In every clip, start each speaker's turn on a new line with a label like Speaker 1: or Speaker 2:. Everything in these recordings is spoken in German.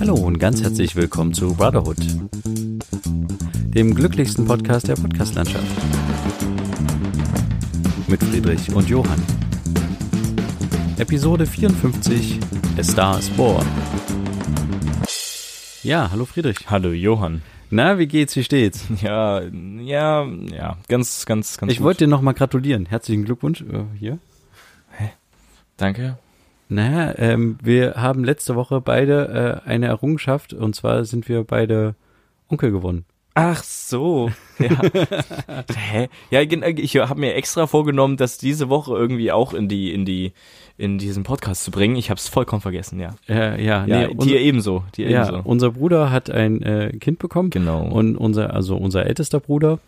Speaker 1: Hallo und ganz herzlich willkommen zu Brotherhood, dem glücklichsten Podcast der Podcastlandschaft. Mit Friedrich und Johann. Episode 54, A Star is Born. Ja, hallo Friedrich.
Speaker 2: Hallo Johann.
Speaker 1: Na, wie geht's, wie steht's?
Speaker 2: Ja, ja, ja, ganz, ganz, ganz
Speaker 1: Ich wollte dir nochmal gratulieren. Herzlichen Glückwunsch äh, hier.
Speaker 2: Danke.
Speaker 1: Naja, ähm, wir haben letzte Woche beide äh, eine Errungenschaft und zwar sind wir beide Onkel geworden.
Speaker 2: Ach so. Ja, Hä? ja gen- äh, ich habe mir extra vorgenommen, das diese Woche irgendwie auch in die, in die, in diesen Podcast zu bringen. Ich habe es vollkommen vergessen, ja.
Speaker 1: Äh, ja,
Speaker 2: Ja,
Speaker 1: nee,
Speaker 2: dir ebenso, dir
Speaker 1: Ja,
Speaker 2: ebenso.
Speaker 1: unser Bruder hat ein äh, Kind bekommen.
Speaker 2: Genau.
Speaker 1: Und unser, also unser ältester Bruder,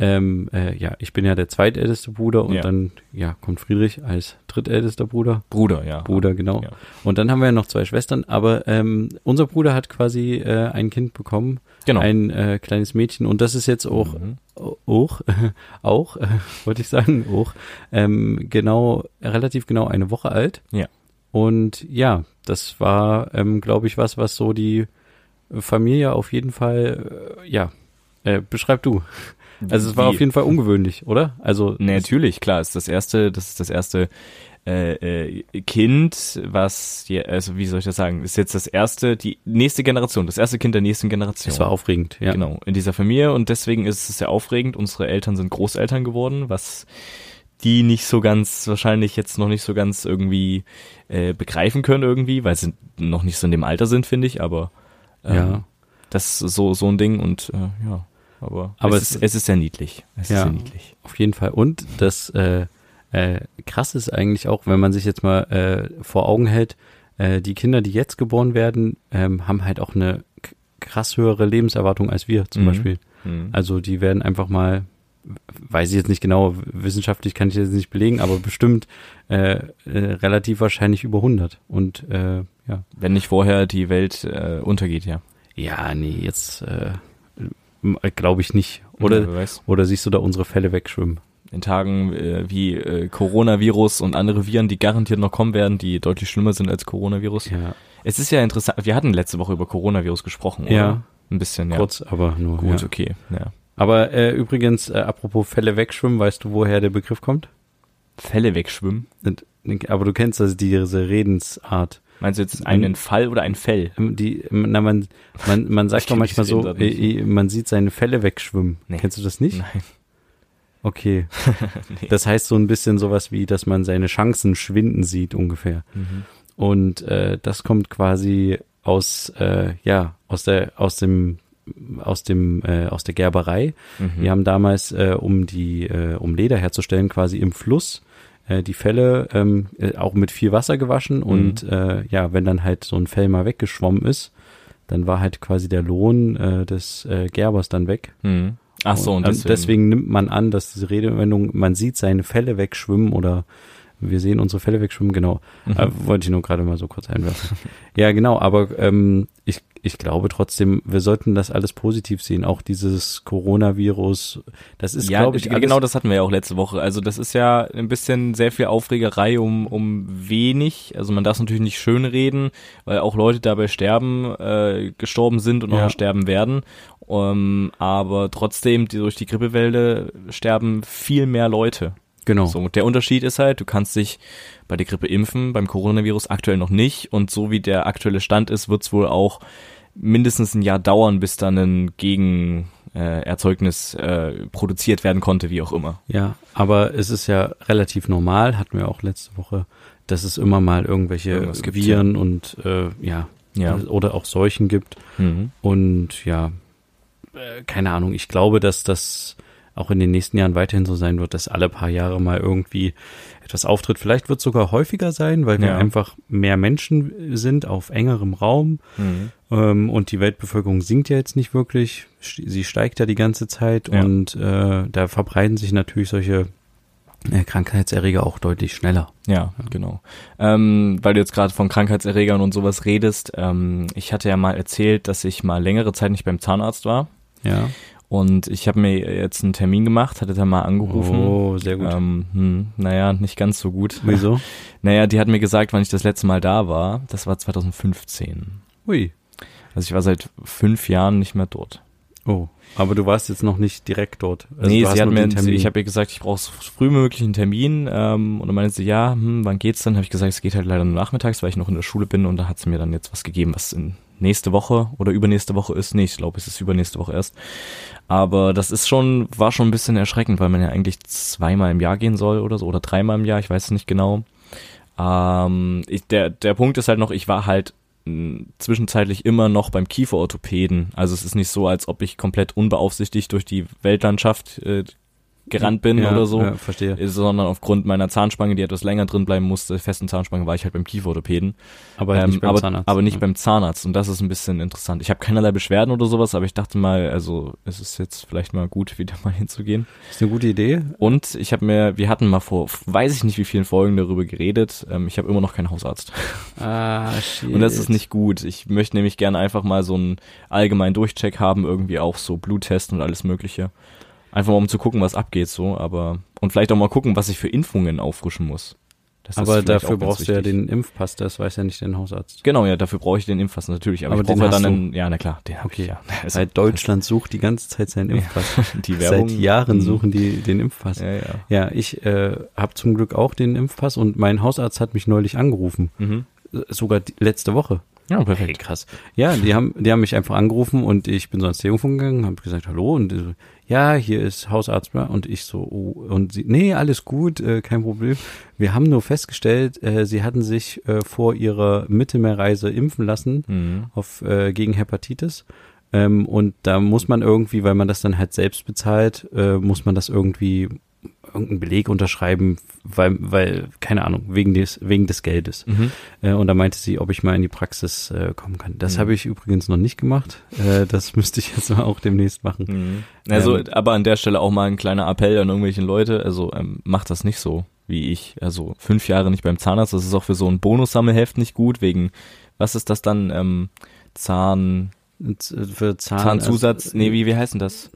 Speaker 1: ähm, äh, ja, ich bin ja der zweitälteste Bruder und
Speaker 2: Ja.
Speaker 1: dann, ja, kommt Friedrich als drittältester Bruder.
Speaker 2: Bruder, ja.
Speaker 1: Bruder, genau.
Speaker 2: Ja.
Speaker 1: Und dann haben wir ja noch zwei Schwestern, aber ähm, unser Bruder hat quasi äh, ein Kind bekommen.
Speaker 2: Genau. Mhm.
Speaker 1: Ein äh, kleines Mädchen. Und das ist jetzt auch, auch, auch, äh, wollte ich sagen, auch, ähm, genau, relativ genau eine Woche alt.
Speaker 2: Ja.
Speaker 1: Und ja, das war, ähm, glaube ich, was, was so die Familie auf jeden Fall, äh, ja, äh, beschreib du. Also es war
Speaker 2: Wie?
Speaker 1: auf jeden Fall ungewöhnlich, oder? Also
Speaker 2: Nee, natürlich, klar, ist das erste, das ist das erste äh, äh, Kind, was, je- also wie soll ich das sagen, ist jetzt das erste, die nächste Generation, das erste Kind der nächsten Generation.
Speaker 1: es war aufregend, ja.
Speaker 2: Genau, in dieser Familie und deswegen ist es sehr aufregend. Unsere Eltern sind Großeltern geworden, was die nicht so ganz, wahrscheinlich jetzt noch nicht so ganz irgendwie äh, begreifen können irgendwie, weil sie noch nicht so in dem Alter sind, finde ich, aber ähm,
Speaker 1: Ja.
Speaker 2: das ist so, so ein Ding und äh, ja, aber,
Speaker 1: Aber
Speaker 2: es,
Speaker 1: es-
Speaker 2: ist, es ist sehr niedlich. Es
Speaker 1: Ja.
Speaker 2: ist sehr niedlich.
Speaker 1: Auf jeden Fall. Und das äh, äh, krass ist eigentlich auch, wenn man sich jetzt mal äh, vor Augen hält, äh, die Kinder, die jetzt geboren werden, ähm, haben halt auch eine k- krass höhere Lebenserwartung als wir zum
Speaker 2: Mhm.
Speaker 1: Beispiel.
Speaker 2: Mhm.
Speaker 1: Also die werden einfach mal, weiß ich jetzt nicht genau, wissenschaftlich kann ich jetzt nicht belegen, aber bestimmt äh, äh, relativ wahrscheinlich über 100. Und äh, ja.
Speaker 2: Wenn nicht vorher die Welt äh, untergeht, ja.
Speaker 1: Ja, nee, jetzt äh, glaube ich nicht. Oder,
Speaker 2: Ja, wer weiß.
Speaker 1: oder siehst du da unsere Fälle wegschwimmen?
Speaker 2: In Tagen äh, wie äh, Coronavirus und andere Viren, die garantiert noch kommen werden, die deutlich schlimmer sind als Coronavirus.
Speaker 1: Ja,
Speaker 2: Es ist ja interessant, wir hatten letzte Woche über Coronavirus gesprochen, oder?
Speaker 1: Ja.
Speaker 2: Ein bisschen, ja.
Speaker 1: kurz, aber nur.
Speaker 2: Gut,
Speaker 1: ja.
Speaker 2: okay. Ja.
Speaker 1: Aber äh, übrigens, äh, apropos Fälle wegschwimmen, weißt du, woher der Begriff kommt?
Speaker 2: Fälle wegschwimmen.
Speaker 1: Und- Aber du kennst also diese Redensart.
Speaker 2: Meinst du jetzt einen Fall oder ein Fell?
Speaker 1: Ähm, Die, ähm, na, man, man, man sagt
Speaker 2: Ich
Speaker 1: doch
Speaker 2: kenn
Speaker 1: manchmal so,
Speaker 2: diese Redensart nicht.
Speaker 1: äh, äh, man sieht seine Fälle wegschwimmen.
Speaker 2: Nee.
Speaker 1: Kennst du das nicht?
Speaker 2: Nein.
Speaker 1: Okay. Das heißt so ein bisschen sowas wie, dass man seine Chancen schwinden sieht ungefähr.
Speaker 2: Mhm.
Speaker 1: Und äh, das kommt quasi aus, äh, ja, aus der, aus dem, aus dem, äh, aus der Gerberei.
Speaker 2: Mhm.
Speaker 1: Die haben damals, äh, um die, äh, um Leder herzustellen, quasi im Fluss äh, die Felle ähm, äh, auch mit viel Wasser gewaschen und äh, ja, wenn dann halt so ein Fell mal weggeschwommen ist, dann war halt quasi der Lohn äh, des äh, Gerbers dann weg.
Speaker 2: Mhm. Ach so, und
Speaker 1: ähm,
Speaker 2: deswegen.
Speaker 1: deswegen nimmt man an, dass diese Redewendung, man sieht seine Fälle wegschwimmen oder wir sehen unsere Fälle wegschwimmen, genau.
Speaker 2: Mhm.
Speaker 1: Äh, wollte ich nur gerade mal so kurz einwerfen. ja, genau, aber ähm, ich, ich glaube trotzdem, wir sollten das alles positiv sehen, auch dieses Coronavirus. Das ist,
Speaker 2: ja,
Speaker 1: glaube ich,
Speaker 2: g-
Speaker 1: alles,
Speaker 2: genau das hatten wir ja auch letzte Woche. Also das ist ja ein bisschen sehr viel Aufregerei um, um wenig. Also man darf es natürlich nicht schön reden, weil auch Leute dabei sterben, äh, gestorben sind und
Speaker 1: Ja.
Speaker 2: auch noch sterben werden. Ähm, aber trotzdem, die, durch die Grippewelle sterben viel mehr Leute.
Speaker 1: genau.
Speaker 2: So, der Unterschied ist halt, du kannst dich bei der Grippe impfen, beim Coronavirus aktuell noch nicht. Und so wie der aktuelle Stand ist, wird es wohl auch mindestens ein Jahr dauern, bis dann ein Gegenerzeugnis äh, Erzeugnis, äh, produziert werden konnte, wie auch immer.
Speaker 1: Ja, aber es ist ja relativ normal, hatten wir auch letzte Woche, dass es immer mal irgendwelche
Speaker 2: Irgendwas gibt,
Speaker 1: Viren und äh, ja,
Speaker 2: Ja. Mhm.
Speaker 1: oder auch Seuchen gibt. Und ja, äh, keine Ahnung, ich glaube, dass das auch in den nächsten Jahren weiterhin so sein wird, dass alle paar Jahre mal irgendwie etwas auftritt. Vielleicht wird es sogar häufiger sein, weil wir
Speaker 2: Ja.
Speaker 1: einfach mehr Menschen sind auf engerem Raum. Ähm, und die Weltbevölkerung sinkt ja jetzt nicht wirklich. Sch- Sie steigt ja die ganze Zeit
Speaker 2: Ja.
Speaker 1: und äh, da verbreiten sich natürlich solche äh, Krankheitserreger auch deutlich schneller.
Speaker 2: Ja, genau. Ähm, weil du jetzt gerade von Krankheitserregern und sowas redest, ähm, ich hatte ja mal erzählt, dass ich mal längere Zeit nicht beim Zahnarzt war.
Speaker 1: Ja.
Speaker 2: Und ich habe mir jetzt einen Termin gemacht, hatte da mal angerufen.
Speaker 1: Oh, sehr gut.
Speaker 2: Ähm, hm, naja, nicht ganz so gut.
Speaker 1: Wieso?
Speaker 2: Naja, die hat mir gesagt, wann ich das letzte Mal da war. Das war 2015.
Speaker 1: Ui.
Speaker 2: Also ich war seit fünf Jahren nicht mehr dort.
Speaker 1: Oh, aber du warst jetzt noch nicht direkt dort.
Speaker 2: Also nee, sie hat mir, sie, ich habe ihr gesagt, ich brauche so früh wie möglich einen Termin. Ähm, und dann meinte sie, ja, hm, wann geht's dann? Habe ich gesagt, es geht halt leider nur nachmittags, weil ich noch in der Schule bin. Und da hat sie mir dann jetzt was gegeben, was in nächste Woche oder übernächste Woche ist. Nee, ich glaube, es ist übernächste Woche erst. Aber das ist schon, war schon ein bisschen erschreckend, weil man ja eigentlich zweimal im Jahr gehen soll oder so oder dreimal im Jahr, ich weiß es nicht genau. Ähm, ich, der, der Punkt ist halt noch, ich war halt mh, zwischenzeitlich immer noch beim Kieferorthopäden. Also es ist nicht so, als ob ich komplett unbeaufsichtigt durch die Weltlandschaft äh, gerannt bin
Speaker 1: Ja,
Speaker 2: oder so, äh,
Speaker 1: ja, verstehe.
Speaker 2: sondern aufgrund meiner Zahnspange, die etwas länger drin bleiben musste, festen Zahnspange, war ich halt beim Kieferorthopäden.
Speaker 1: Aber
Speaker 2: Ähm,
Speaker 1: nicht beim
Speaker 2: aber,
Speaker 1: Zahnarzt.
Speaker 2: aber nicht
Speaker 1: Ja.
Speaker 2: beim Zahnarzt und das ist ein bisschen interessant. Ich habe keinerlei Beschwerden oder sowas, aber ich dachte mal, also es ist jetzt vielleicht mal gut, wieder mal hinzugehen.
Speaker 1: Ist eine gute Idee.
Speaker 2: Und ich habe mir, wir hatten mal vor, weiß ich nicht wie vielen Folgen darüber geredet, ähm, ich habe immer noch keinen Hausarzt.
Speaker 1: Ah, shit.
Speaker 2: Und das ist nicht gut. Ich möchte nämlich gerne einfach mal so einen allgemeinen Durchcheck haben, irgendwie auch so Bluttesten und alles mögliche. Einfach mal um zu gucken, was abgeht so, aber und vielleicht auch mal gucken, was ich für Impfungen auffrischen muss. Das ist
Speaker 1: Aber
Speaker 2: vielleicht auch
Speaker 1: dafür
Speaker 2: ganz
Speaker 1: brauchst du ja
Speaker 2: wichtig.
Speaker 1: den Impfpass, das weiß ja nicht dein Hausarzt.
Speaker 2: Genau, ja, dafür brauche ich den Impfpass natürlich. Aber,
Speaker 1: Aber
Speaker 2: ich brauche
Speaker 1: den
Speaker 2: ja
Speaker 1: hast
Speaker 2: dann einen, ja, na klar, den habe
Speaker 1: Okay.
Speaker 2: ich ja. Also
Speaker 1: Seit Deutschland sucht die ganze Zeit seinen Impfpass.
Speaker 2: die Mhm.
Speaker 1: Seit Jahren suchen die den Impfpass.
Speaker 2: Ja, ja.
Speaker 1: Ja, ich äh, habe zum Glück auch den Impfpass und mein Hausarzt hat mich neulich angerufen.
Speaker 2: Mhm.
Speaker 1: Äh, Sogar die, letzte Woche.
Speaker 2: Ja, perfekt.
Speaker 1: krass. Ja, die haben, die haben mich einfach angerufen und ich bin so ans Telefon gegangen, habe gesagt, hallo und die so, ja, hier ist Hausarzt bla. und ich so, oh, und sie, nee, alles gut, äh, kein Problem. Wir haben nur festgestellt, äh, sie hatten sich äh, vor ihrer Mittelmeerreise impfen lassen
Speaker 2: Mhm.
Speaker 1: auf, äh, gegen Hepatitis. Ähm, und da muss man irgendwie, weil man das dann halt selbst bezahlt, äh, muss man das irgendwie irgendeinen Beleg unterschreiben, weil, weil keine Ahnung, wegen des, wegen des Geldes.
Speaker 2: Mhm.
Speaker 1: Äh, und da meinte sie, ob ich mal in die Praxis äh, kommen kann. Das
Speaker 2: Mhm.
Speaker 1: habe ich übrigens noch nicht gemacht. Äh, das müsste ich jetzt mal auch demnächst machen.
Speaker 2: Mhm. Also,
Speaker 1: Ähm.
Speaker 2: aber an der Stelle auch mal ein kleiner Appell an irgendwelchen Leute. Also ähm, macht das nicht so wie ich. Also fünf Jahre nicht beim Zahnarzt. Das ist auch für so ein Bonussammelheft nicht gut wegen. Was ist das dann? Ähm, Zahn,
Speaker 1: Und, äh, für Zahn,
Speaker 2: Zahnzusatz? nee, wie, wie heißt denn das?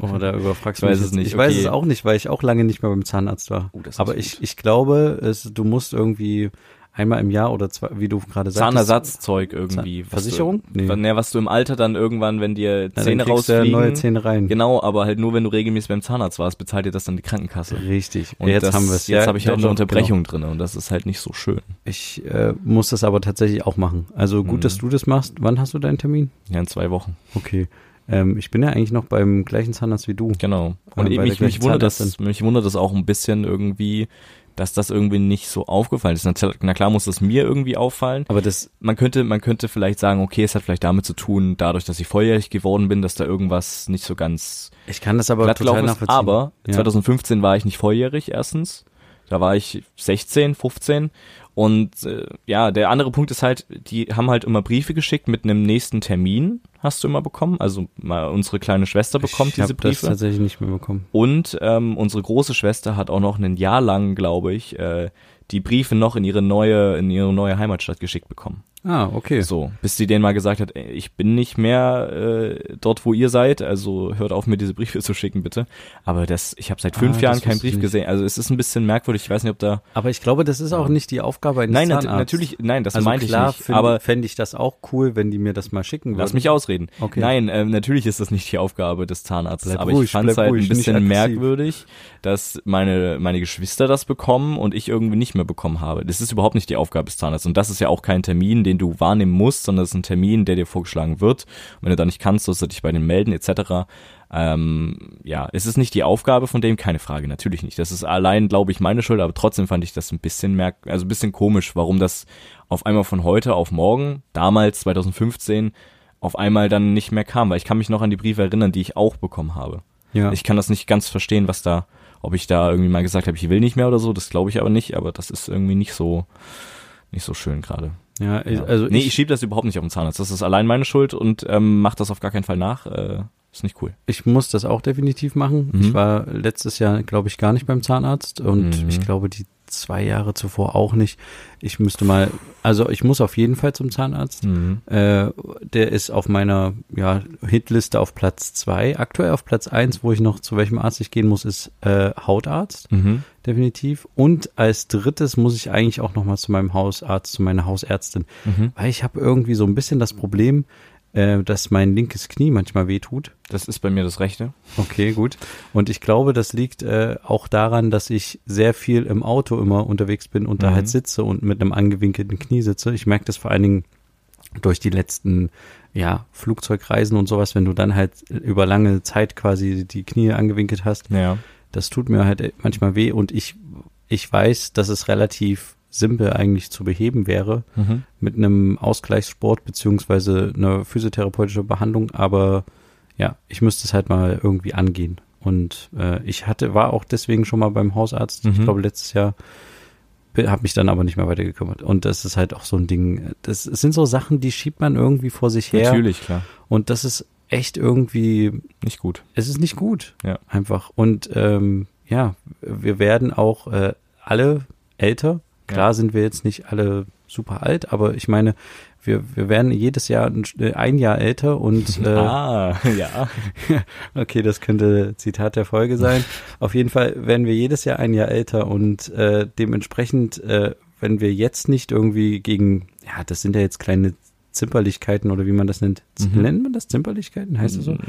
Speaker 1: Also, oder überfragst
Speaker 2: Ich
Speaker 1: du
Speaker 2: weiß
Speaker 1: mich
Speaker 2: es
Speaker 1: jetzt.
Speaker 2: nicht,
Speaker 1: Ich weiß
Speaker 2: okay.
Speaker 1: es auch nicht, weil ich auch lange nicht mehr beim Zahnarzt war.
Speaker 2: Oh, das ist
Speaker 1: Aber
Speaker 2: nicht
Speaker 1: ich, ich glaube, es, du musst irgendwie einmal im Jahr oder zwei, wie du gerade sagst.
Speaker 2: Zahnersatzzeug irgendwie. was du-
Speaker 1: Versicherung?
Speaker 2: Nee. was du im Alter dann irgendwann, wenn dir
Speaker 1: Na,
Speaker 2: Zähne
Speaker 1: dann kriegst du ja
Speaker 2: rausfliegen.
Speaker 1: neue Zähne rein.
Speaker 2: Genau, aber halt nur, wenn du regelmäßig beim Zahnarzt warst, bezahlt dir das dann die Krankenkasse.
Speaker 1: Richtig.
Speaker 2: Und
Speaker 1: jetzt
Speaker 2: das,
Speaker 1: haben wir es.
Speaker 2: Jetzt habe ich halt eine Unterbrechung drinne und das ist halt nicht so schön.
Speaker 1: genau. Ich äh, muss das aber tatsächlich auch machen. Also gut,
Speaker 2: Mhm.
Speaker 1: dass du das machst. Wann hast du deinen Termin?
Speaker 2: Ja, in zwei Wochen.
Speaker 1: Okay. Ähm, ich bin ja eigentlich noch beim gleichen Zahnarzt wie du.
Speaker 2: Genau.
Speaker 1: Ja,
Speaker 2: Und
Speaker 1: bei
Speaker 2: mich,
Speaker 1: der
Speaker 2: mich,
Speaker 1: gleichen
Speaker 2: wundert das,
Speaker 1: Zahnärztin.
Speaker 2: mich wundert das auch ein bisschen irgendwie, dass das irgendwie nicht so aufgefallen ist. Na, na klar muss das mir irgendwie auffallen.
Speaker 1: Aber das,
Speaker 2: Man könnte, man könnte vielleicht sagen, okay, es hat vielleicht damit zu tun, dadurch, dass ich volljährig geworden bin, dass da irgendwas nicht so ganz
Speaker 1: ich kann das aber
Speaker 2: glatt
Speaker 1: total
Speaker 2: gelaufen ist.
Speaker 1: nachvollziehen.
Speaker 2: Aber
Speaker 1: ja.
Speaker 2: 2015 war ich nicht volljährig erstens. Da war ich 16, 15. Und äh, ja, der andere Punkt ist halt, die haben halt immer Briefe geschickt mit einem nächsten Termin, hast du immer bekommen. Also mal unsere kleine Schwester bekommt
Speaker 1: ich
Speaker 2: diese
Speaker 1: hab das
Speaker 2: Briefe.
Speaker 1: tatsächlich nicht mehr bekommen.
Speaker 2: Und ähm, unsere große Schwester hat auch noch ein Jahr lang, glaube ich, äh, die Briefe noch in ihre neue, in ihre neue Heimatstadt geschickt bekommen.
Speaker 1: Ah, okay.
Speaker 2: So, bis sie denen mal gesagt hat, ey, ich bin nicht mehr äh, dort, wo ihr seid, also hört auf, mir diese Briefe zu schicken, bitte. Aber das, ich habe seit fünf
Speaker 1: Ah,
Speaker 2: Jahren
Speaker 1: das
Speaker 2: keinen
Speaker 1: wusste ich nicht.
Speaker 2: Brief gesehen. Also es ist ein bisschen merkwürdig. Ich weiß nicht, ob da.
Speaker 1: Aber ich glaube, das ist auch nicht die Aufgabe eines
Speaker 2: Nein, nat
Speaker 1: Zahnarztes.
Speaker 2: natürlich, nein, das
Speaker 1: also
Speaker 2: meinte
Speaker 1: klar,
Speaker 2: ich nicht.
Speaker 1: find-
Speaker 2: Aber
Speaker 1: fände ich das auch cool, wenn die mir das mal schicken würden.
Speaker 2: lass mich ausreden.
Speaker 1: Okay.
Speaker 2: Nein, ähm, natürlich ist das nicht die Aufgabe des Zahnarztes.
Speaker 1: Bleib
Speaker 2: aber ich
Speaker 1: ruhig,
Speaker 2: fand es
Speaker 1: bleib
Speaker 2: halt
Speaker 1: ruhig,
Speaker 2: ein
Speaker 1: nicht
Speaker 2: bisschen
Speaker 1: aggressiv.
Speaker 2: merkwürdig, dass meine, meine Geschwister das bekommen und ich irgendwie nicht mehr bekommen habe. Das ist überhaupt nicht die Aufgabe des Zahnarztes. Und das ist ja auch kein Termin, den du wahrnehmen musst, sondern es ist ein Termin, der dir vorgeschlagen wird. Und wenn du da nicht kannst, sollst du dich bei dem melden, etc. Ähm, ja, es ist nicht die Aufgabe von dem, keine Frage, natürlich nicht. Das ist allein, glaube ich, meine Schuld, aber trotzdem fand ich das ein bisschen merk, also ein bisschen komisch, warum das auf einmal von heute auf morgen, damals 2015, auf einmal dann nicht mehr kam, weil ich kann mich noch an die Briefe erinnern, die ich auch bekommen habe.
Speaker 1: Ja.
Speaker 2: Ich kann das nicht ganz verstehen, was da, ob ich da irgendwie mal gesagt habe, ich will nicht mehr oder so, das glaube ich aber nicht, aber das ist irgendwie nicht so, nicht so schön gerade.
Speaker 1: ja,
Speaker 2: Ja.
Speaker 1: also
Speaker 2: nee, ich schiebe das überhaupt nicht auf den Zahnarzt. Das ist allein meine Schuld und ähm, mach das auf gar keinen Fall nach. Äh, Ist nicht cool.
Speaker 1: Ich muss das auch definitiv machen.
Speaker 2: Mhm.
Speaker 1: Ich war letztes Jahr, glaube ich, gar nicht beim Zahnarzt und
Speaker 2: Mhm.
Speaker 1: ich glaube die zwei Jahre zuvor auch nicht. Ich müsste mal, also ich muss auf jeden Fall zum Zahnarzt. Äh, der ist auf meiner ja, Hitliste auf Platz zwei. Aktuell auf Platz eins, wo ich noch zu welchem Arzt ich gehen muss, ist äh, Hautarzt,
Speaker 2: Mhm.
Speaker 1: definitiv. Und als drittes muss ich eigentlich auch noch mal zu meinem Hausarzt, zu meiner Hausärztin.
Speaker 2: Mhm.
Speaker 1: Weil ich habe irgendwie so ein bisschen das Problem, äh, dass mein linkes Knie manchmal wehtut.
Speaker 2: Das ist bei mir das Rechte.
Speaker 1: Okay, gut. Und ich glaube, das liegt äh, auch daran, dass ich sehr viel im Auto immer unterwegs bin und da
Speaker 2: Mhm.
Speaker 1: halt sitze und mit einem angewinkelten Knie sitze. Ich merke das vor allen Dingen durch die letzten ja, Flugzeugreisen und sowas, wenn du dann halt über lange Zeit quasi die Knie angewinkelt hast,
Speaker 2: Ja.
Speaker 1: das tut mir halt manchmal weh und ich, ich weiß, dass es relativ simpel eigentlich zu beheben wäre
Speaker 2: Mhm.
Speaker 1: mit einem Ausgleichssport beziehungsweise einer physiotherapeutischen Behandlung, aber ja, ich müsste es halt mal irgendwie angehen. Und äh, ich hatte, war auch deswegen schon mal beim Hausarzt, ich
Speaker 2: Mhm.
Speaker 1: glaube letztes Jahr, habe mich dann aber nicht mehr weiter gekümmert. Und das ist halt auch so ein Ding. Das es sind so Sachen, die schiebt man irgendwie vor sich her.
Speaker 2: Natürlich, klar.
Speaker 1: Und das ist echt irgendwie
Speaker 2: Nicht gut.
Speaker 1: es ist nicht gut.
Speaker 2: Ja.
Speaker 1: Einfach. Und ähm, ja, wir werden auch äh, alle älter. Klar
Speaker 2: Ja.
Speaker 1: sind wir jetzt nicht alle super alt, aber ich meine, wir, wir werden jedes Jahr ein, äh, ein Jahr älter und äh,
Speaker 2: ah, ja.
Speaker 1: okay, das könnte Zitat der Folge sein. Auf jeden Fall werden wir jedes Jahr ein Jahr älter und äh, dementsprechend, äh, wenn wir jetzt nicht irgendwie gegen, ja, das sind ja jetzt kleine Zimperlichkeiten oder wie man das nennt.
Speaker 2: Mhm.
Speaker 1: Nennt man das Zimperlichkeiten? Heißt das so?
Speaker 2: Nee,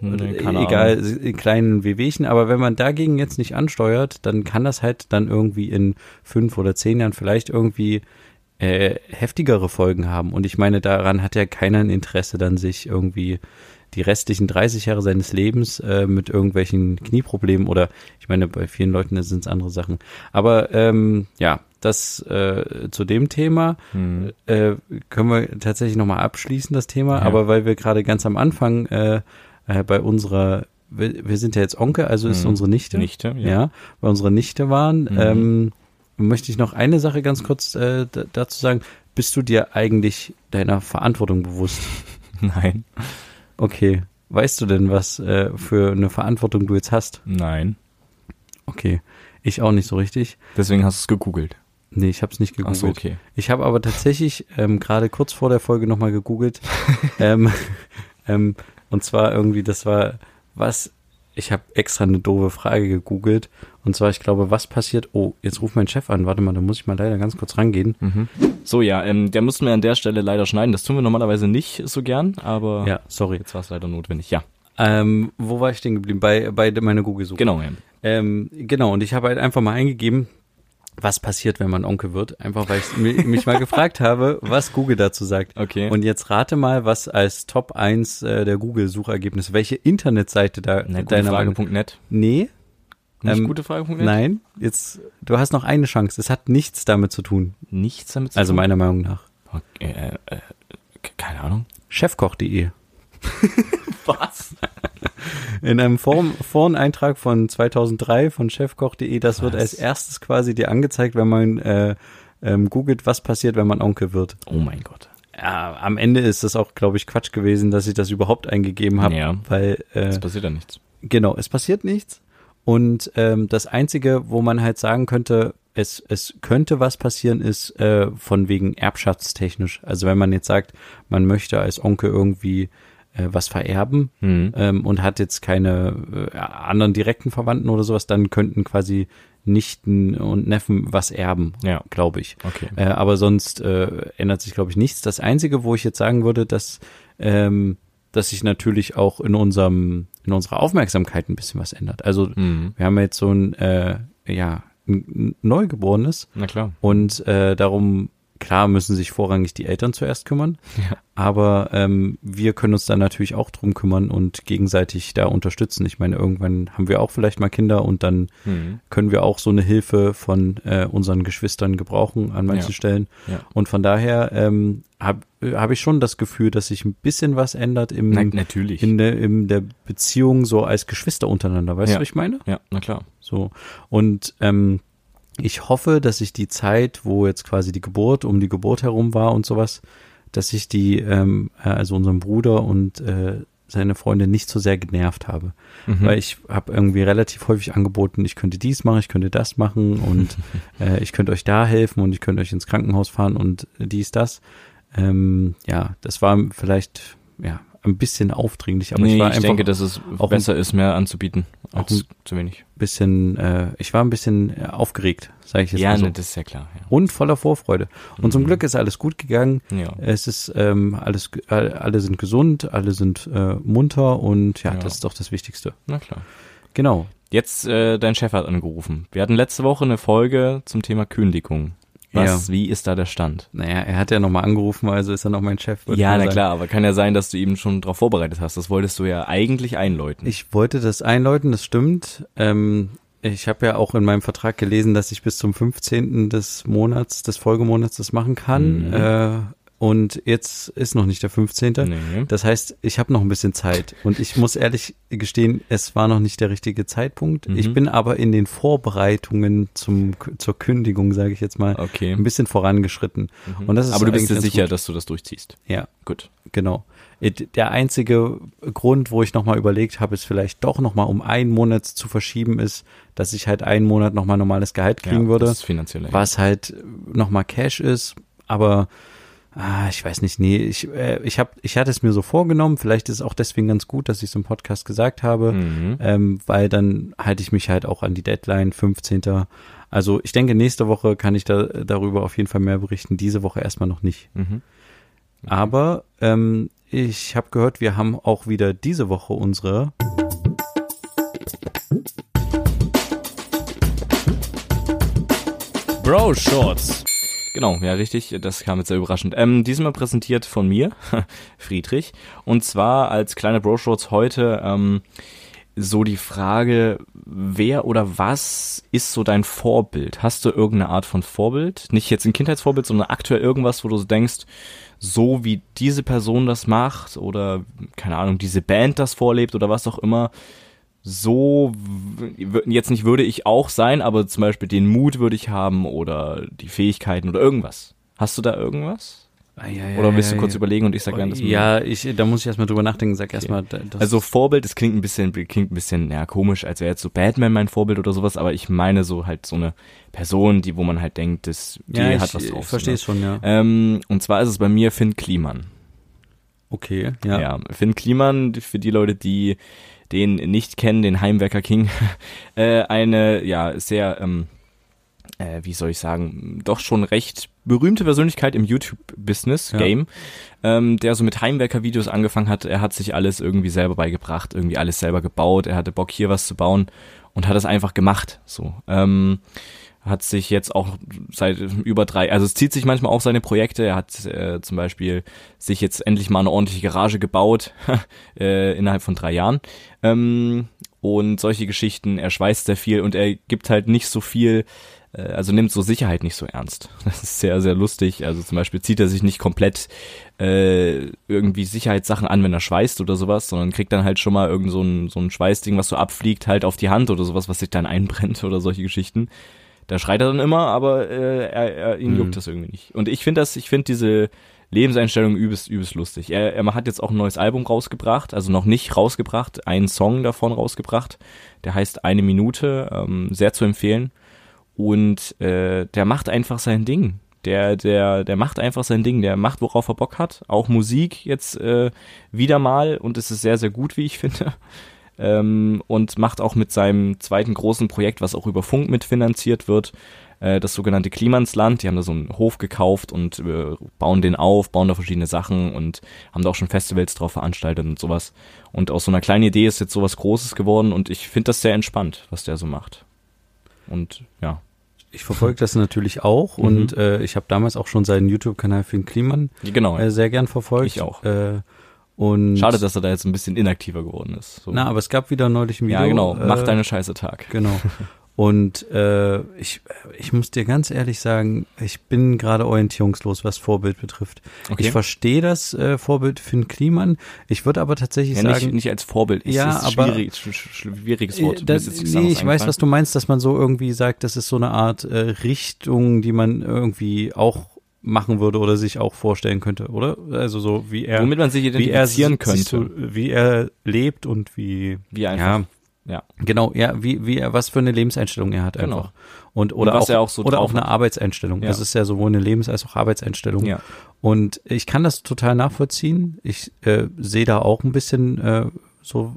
Speaker 2: Hm, keine Ahnung.
Speaker 1: Äh, egal, in kleinen Wehwehchen, aber wenn man dagegen jetzt nicht ansteuert, dann kann das halt dann irgendwie in fünf oder zehn Jahren vielleicht irgendwie äh, heftigere Folgen haben. Und ich meine, daran hat ja keiner ein Interesse, dann sich irgendwie die restlichen 30 Jahre seines Lebens äh, mit irgendwelchen Knieproblemen oder ich meine, bei vielen Leuten sind es andere Sachen. Aber ähm, ja, das äh, zu dem Thema
Speaker 2: Mhm.
Speaker 1: äh, können wir tatsächlich nochmal abschließen, das Thema.
Speaker 2: Ja.
Speaker 1: Aber weil wir gerade ganz am Anfang äh, äh, bei unserer, wir, wir sind ja jetzt Onkel, also ist
Speaker 2: Mhm.
Speaker 1: unsere Nichte.
Speaker 2: Nichte,
Speaker 1: ja. bei unserer Nichte waren,
Speaker 2: Mhm.
Speaker 1: ähm, möchte ich noch eine Sache ganz kurz äh, d- dazu sagen. Bist du dir eigentlich deiner Verantwortung bewusst?
Speaker 2: Nein.
Speaker 1: Okay. Weißt du denn, was äh, für eine Verantwortung du jetzt hast?
Speaker 2: Nein.
Speaker 1: Okay. Ich auch nicht so richtig.
Speaker 2: Deswegen hast du es gegoogelt.
Speaker 1: Nee, ich habe es nicht
Speaker 2: Ach
Speaker 1: gegoogelt.
Speaker 2: so, okay.
Speaker 1: Ich habe aber tatsächlich ähm, gerade kurz vor der Folge nochmal gegoogelt. ähm, ähm, und zwar irgendwie, das war, was, ich habe extra eine doofe Frage gegoogelt. Und zwar, ich glaube, was passiert, oh, jetzt ruft mein Chef an, warte mal, da muss ich mal leider ganz kurz rangehen.
Speaker 2: So, ja, ähm, der mussten wir an der Stelle leider schneiden. Das tun wir normalerweise nicht so gern, aber
Speaker 1: Ja, sorry.
Speaker 2: jetzt war es leider notwendig. Ja,
Speaker 1: Ähm, wo war ich stehen geblieben? Bei, bei meiner Google-Suche.
Speaker 2: genau. Ja.
Speaker 1: Ähm, genau, und ich habe halt einfach mal eingegeben, was passiert, wenn man Onkel wird. Einfach, weil ich mi- mich mal gefragt habe, was Google dazu sagt.
Speaker 2: Okay.
Speaker 1: Und jetzt rate mal, was als Top 1 äh, der Google-Suchergebnisse, welche Internetseite da
Speaker 2: Na,
Speaker 1: deiner Meinung
Speaker 2: gutefrage.net.
Speaker 1: Nee,
Speaker 2: Nicht
Speaker 1: Ähm,
Speaker 2: gutefrage.net?
Speaker 1: nein, jetzt, du hast noch eine Chance. Es hat nichts damit zu tun.
Speaker 2: Nichts damit zu
Speaker 1: Also
Speaker 2: tun?
Speaker 1: meiner Meinung nach.
Speaker 2: Okay, äh, äh, ke- keine Ahnung.
Speaker 1: Chefkoch.de.
Speaker 2: Was?
Speaker 1: In einem Forum, Foreneintrag von 2003 von chefkoch.de, das wird
Speaker 2: Was?
Speaker 1: als erstes quasi dir angezeigt, wenn man äh, ähm, googelt, was passiert, wenn man Onkel wird.
Speaker 2: Oh mein Gott.
Speaker 1: ja, am Ende ist das auch, glaube ich, Quatsch gewesen, dass ich das überhaupt eingegeben habe,
Speaker 2: Ja.
Speaker 1: weil äh,
Speaker 2: Es passiert ja nichts.
Speaker 1: genau, es passiert nichts. Und ähm, das Einzige, wo man halt sagen könnte, es, es könnte was passieren, ist äh, von wegen erbschaftstechnisch. Also wenn man jetzt sagt, man möchte als Onkel irgendwie äh, was vererben
Speaker 2: Mhm.
Speaker 1: ähm, und hat jetzt keine äh, anderen direkten Verwandten oder sowas, dann könnten quasi Nichten und Neffen was erben,
Speaker 2: Ja.
Speaker 1: glaube ich.
Speaker 2: Okay.
Speaker 1: Äh, aber sonst äh, ändert sich, glaube ich, nichts. Das Einzige, wo ich jetzt sagen würde, dass, ähm, dass sich natürlich auch in unserem, in unserer Aufmerksamkeit ein bisschen was ändert. Also
Speaker 2: Mhm.
Speaker 1: wir haben jetzt so ein, äh, ja, ein Neugeborenes
Speaker 2: Na klar.
Speaker 1: und äh, darum, klar, müssen sich vorrangig die Eltern zuerst kümmern.
Speaker 2: Ja.
Speaker 1: Aber ähm, wir können uns dann natürlich auch drum kümmern und gegenseitig da unterstützen. Ich meine, irgendwann haben wir auch vielleicht mal Kinder und dann
Speaker 2: Mhm.
Speaker 1: können wir auch so eine Hilfe von äh, unseren Geschwistern gebrauchen an manchen
Speaker 2: Ja.
Speaker 1: Stellen.
Speaker 2: Ja.
Speaker 1: Und von daher ähm, habe hab ich schon das Gefühl, dass sich ein bisschen was ändert im,
Speaker 2: Na, natürlich.
Speaker 1: in, der, in der Beziehung so als Geschwister untereinander. Weißt
Speaker 2: Ja.
Speaker 1: du, was ich meine?
Speaker 2: ja, na klar.
Speaker 1: So. Und ähm, ich hoffe, dass ich die Zeit, wo jetzt quasi die Geburt um die Geburt herum war und sowas, dass ich die, ähm, äh, also unserem Bruder und äh, seine Freunde nicht so sehr genervt habe. Mhm. Weil ich habe irgendwie relativ häufig angeboten, ich könnte dies machen, ich könnte das machen und äh, ich könnte euch da helfen und ich könnte euch ins Krankenhaus fahren und dies, das. Ähm, ja, das war vielleicht, ja, ein bisschen aufdringlich, aber
Speaker 2: nee,
Speaker 1: ich war
Speaker 2: ich
Speaker 1: einfach
Speaker 2: denke, dass es
Speaker 1: auch
Speaker 2: besser ist, mehr anzubieten
Speaker 1: auch
Speaker 2: als zu wenig.
Speaker 1: bisschen, äh, ich war ein bisschen äh, aufgeregt, sage ich jetzt also mal so.
Speaker 2: das ist ja Mhm. klar.
Speaker 1: Und voller Vorfreude. Und zum Glück ist alles gut gegangen.
Speaker 2: Ja. ja.
Speaker 1: Es ist ähm, alles, ge- all- alle sind gesund, alle sind äh, munter und ja,
Speaker 2: Ja.
Speaker 1: das ist doch das Wichtigste.
Speaker 2: Na klar.
Speaker 1: Genau.
Speaker 2: Jetzt, äh, dein Chef hat angerufen. Wir hatten letzte Woche eine Folge zum Thema Kündigung. Was, wie ist da der Stand?
Speaker 1: Naja, er hat ja nochmal angerufen, also ist er noch mein Chef. würde
Speaker 2: Ja,
Speaker 1: man
Speaker 2: na
Speaker 1: sagen.
Speaker 2: klar, aber kann ja sein, dass du eben schon darauf vorbereitet hast. Das wolltest du ja eigentlich einläuten.
Speaker 1: Ich wollte das einläuten, das stimmt. Ähm, ich habe ja auch in meinem Vertrag gelesen, dass ich bis zum 15. des Monats, des Folgemonats das machen kann.
Speaker 2: Mhm.
Speaker 1: Äh, und jetzt ist noch nicht der 15.
Speaker 2: nee.
Speaker 1: Das heißt, ich habe noch ein bisschen Zeit und ich muss ehrlich gestehen, es war noch nicht der richtige Zeitpunkt.
Speaker 2: Mhm.
Speaker 1: Ich bin aber in den Vorbereitungen zum, zur Kündigung, sage ich jetzt mal,
Speaker 2: Okay. Mhm.
Speaker 1: ein bisschen vorangeschritten. Und das ist
Speaker 2: aber du bist dir
Speaker 1: eigentlich ganz
Speaker 2: sicher,
Speaker 1: Gut.
Speaker 2: dass du das durchziehst.
Speaker 1: Ja,
Speaker 2: Gut.
Speaker 1: genau. It- Der einzige Grund, wo ich nochmal überlegt habe, es vielleicht doch nochmal um einen Monat zu verschieben, ist, dass ich halt einen Monat nochmal normales Gehalt kriegen
Speaker 2: ja,
Speaker 1: würde
Speaker 2: Das ist finanziell. ja.
Speaker 1: was halt nochmal Cash ist, aber ah, ich weiß nicht, nee, ich, äh, ich, hab, ich hatte es mir so vorgenommen, vielleicht ist es auch deswegen ganz gut, dass ich es im Podcast gesagt habe,
Speaker 2: Mhm.
Speaker 1: ähm, weil dann halte ich mich halt auch an die Deadline, 15. Also ich denke, nächste Woche kann ich da, darüber auf jeden Fall mehr berichten, diese Woche erstmal noch nicht.
Speaker 2: Mhm.
Speaker 1: Aber ähm, ich habe gehört, wir haben auch wieder diese Woche unsere
Speaker 2: Bro Shorts. Genau, ja, richtig. Das kam jetzt sehr überraschend. Ähm, diesmal präsentiert von mir, Friedrich. Und zwar als kleine Bro Shorts heute ähm, so die Frage, wer oder was ist so dein Vorbild? Hast du irgendeine Art von Vorbild? Nicht jetzt ein Kindheitsvorbild, sondern aktuell irgendwas, wo du so denkst, so wie diese Person das macht oder keine Ahnung, diese Band das vorlebt oder was auch immer, so, w- jetzt nicht würde ich auch sein, aber zum Beispiel den Mut würde ich haben oder die Fähigkeiten oder irgendwas. Hast du da irgendwas? Oder willst du kurz überlegen und ich sag dann das
Speaker 1: Oh, Ja, ich, da muss ich erstmal drüber nachdenken, sag erstmal. da- das-
Speaker 2: Also Vorbild, das klingt ein bisschen, klingt ein bisschen, ja, komisch, als wäre jetzt so Batman mein Vorbild oder sowas, aber ich meine so halt so eine Person, die, wo man halt denkt, das, die
Speaker 1: ja,
Speaker 2: hat
Speaker 1: ich,
Speaker 2: was drauf.
Speaker 1: Ich verstehe es
Speaker 2: so,
Speaker 1: schon, ja.
Speaker 2: ne? ähm, Und zwar ist es bei mir Finn Kliman.
Speaker 1: Okay,
Speaker 2: Ja.
Speaker 1: ja.
Speaker 2: Finn Kliman, für die Leute, die den nicht kennen, den Heimwerker King, äh, eine, ja, sehr, ähm, äh, wie soll ich sagen, doch schon recht berühmte Persönlichkeit im
Speaker 1: Ja.
Speaker 2: YouTube-Business-Game, ähm, der so mit Heimwerker-Videos angefangen hat. Er hat sich alles irgendwie selber beigebracht, irgendwie alles selber gebaut. Er hatte Bock, hier was zu bauen und hat es einfach gemacht. So. Ähm, hat sich jetzt auch seit über drei, also es zieht sich manchmal auch seine Projekte. Er hat äh, zum Beispiel sich jetzt endlich mal eine ordentliche Garage gebaut äh, innerhalb von drei Jahren. Ähm, und solche Geschichten, er schweißt sehr viel und er gibt halt nicht so viel, äh, also nimmt so Sicherheit nicht so ernst. Das ist sehr, sehr lustig. Also zum Beispiel zieht er sich nicht komplett äh, irgendwie Sicherheitssachen an, wenn er schweißt oder sowas, sondern kriegt dann halt schon mal irgend so ein, so ein Schweißding, was so abfliegt, halt auf die Hand oder sowas, was sich dann einbrennt oder solche Geschichten. Da schreit er dann immer, aber äh, er, er, ihn juckt das irgendwie nicht. Und ich finde das, ich finde diese Lebenseinstellung übelst, übelst lustig. Er, er hat jetzt auch ein neues Album rausgebracht, also noch nicht rausgebracht, einen Song davon rausgebracht. Der heißt Eine Minute, ähm, sehr zu empfehlen. Und äh, der macht einfach sein Ding. Der, der, der macht einfach sein Ding, der macht, worauf er Bock hat. Auch Musik jetzt äh, wieder mal und es ist sehr, sehr gut, wie ich finde. Ähm, und macht auch mit seinem zweiten großen Projekt, was auch über Funk mitfinanziert wird, äh, das sogenannte Klimansland. Die haben da so einen Hof gekauft und äh, bauen den auf, bauen da verschiedene Sachen und haben da auch schon Festivals drauf veranstaltet und sowas. Und aus so einer kleinen Idee ist jetzt sowas Großes geworden und ich finde das sehr entspannt, was der so macht. Und ja.
Speaker 1: Ich verfolge das natürlich auch
Speaker 2: Mhm.
Speaker 1: und äh, ich habe damals auch schon seinen YouTube-Kanal für den Kliman
Speaker 2: Genau.
Speaker 1: äh, sehr gern verfolgt.
Speaker 2: Ich auch.
Speaker 1: Äh, und
Speaker 2: Schade, dass er da jetzt ein bisschen inaktiver geworden ist. So.
Speaker 1: Na, aber es gab wieder neulich ein Video.
Speaker 2: ja, genau.
Speaker 1: äh,
Speaker 2: Mach deine Scheiße Tag.
Speaker 1: Genau. Und äh, ich, ich muss dir ganz ehrlich sagen, ich bin gerade orientierungslos, was Vorbild betrifft.
Speaker 2: Okay.
Speaker 1: Ich verstehe das äh, Vorbild Finn Kliman. Ich würde aber tatsächlich
Speaker 2: Ja,
Speaker 1: sagen,
Speaker 2: nicht, nicht als Vorbild. Es
Speaker 1: Ja,
Speaker 2: ist
Speaker 1: aber-
Speaker 2: schwierig, sch- sch- schwieriges Wort.
Speaker 1: Äh,
Speaker 2: Mir
Speaker 1: da-
Speaker 2: ist jetzt nichts
Speaker 1: nee, ich
Speaker 2: anderes
Speaker 1: weiß,
Speaker 2: eingefallen.
Speaker 1: was du meinst, dass man so irgendwie sagt, das ist so eine Art äh, Richtung, die man irgendwie auch machen würde oder sich auch vorstellen könnte, oder? Also so wie er
Speaker 2: Womit man sich
Speaker 1: wie er
Speaker 2: identifizieren
Speaker 1: sich
Speaker 2: könnte.
Speaker 1: so- wie er lebt und wie
Speaker 2: Wie einfach.
Speaker 1: ja,
Speaker 2: Ja.
Speaker 1: genau, ja, wie wie er was für eine Lebenseinstellung er hat
Speaker 2: Genau.
Speaker 1: einfach und oder
Speaker 2: Und was
Speaker 1: auch,
Speaker 2: er auch so
Speaker 1: oder
Speaker 2: drauf
Speaker 1: auch eine Arbeitseinstellung.
Speaker 2: Ja.
Speaker 1: Das ist ja sowohl eine Lebens- als auch Arbeitseinstellung.
Speaker 2: Ja.
Speaker 1: Und ich kann das total nachvollziehen. Ich äh, sehe da auch ein bisschen äh, so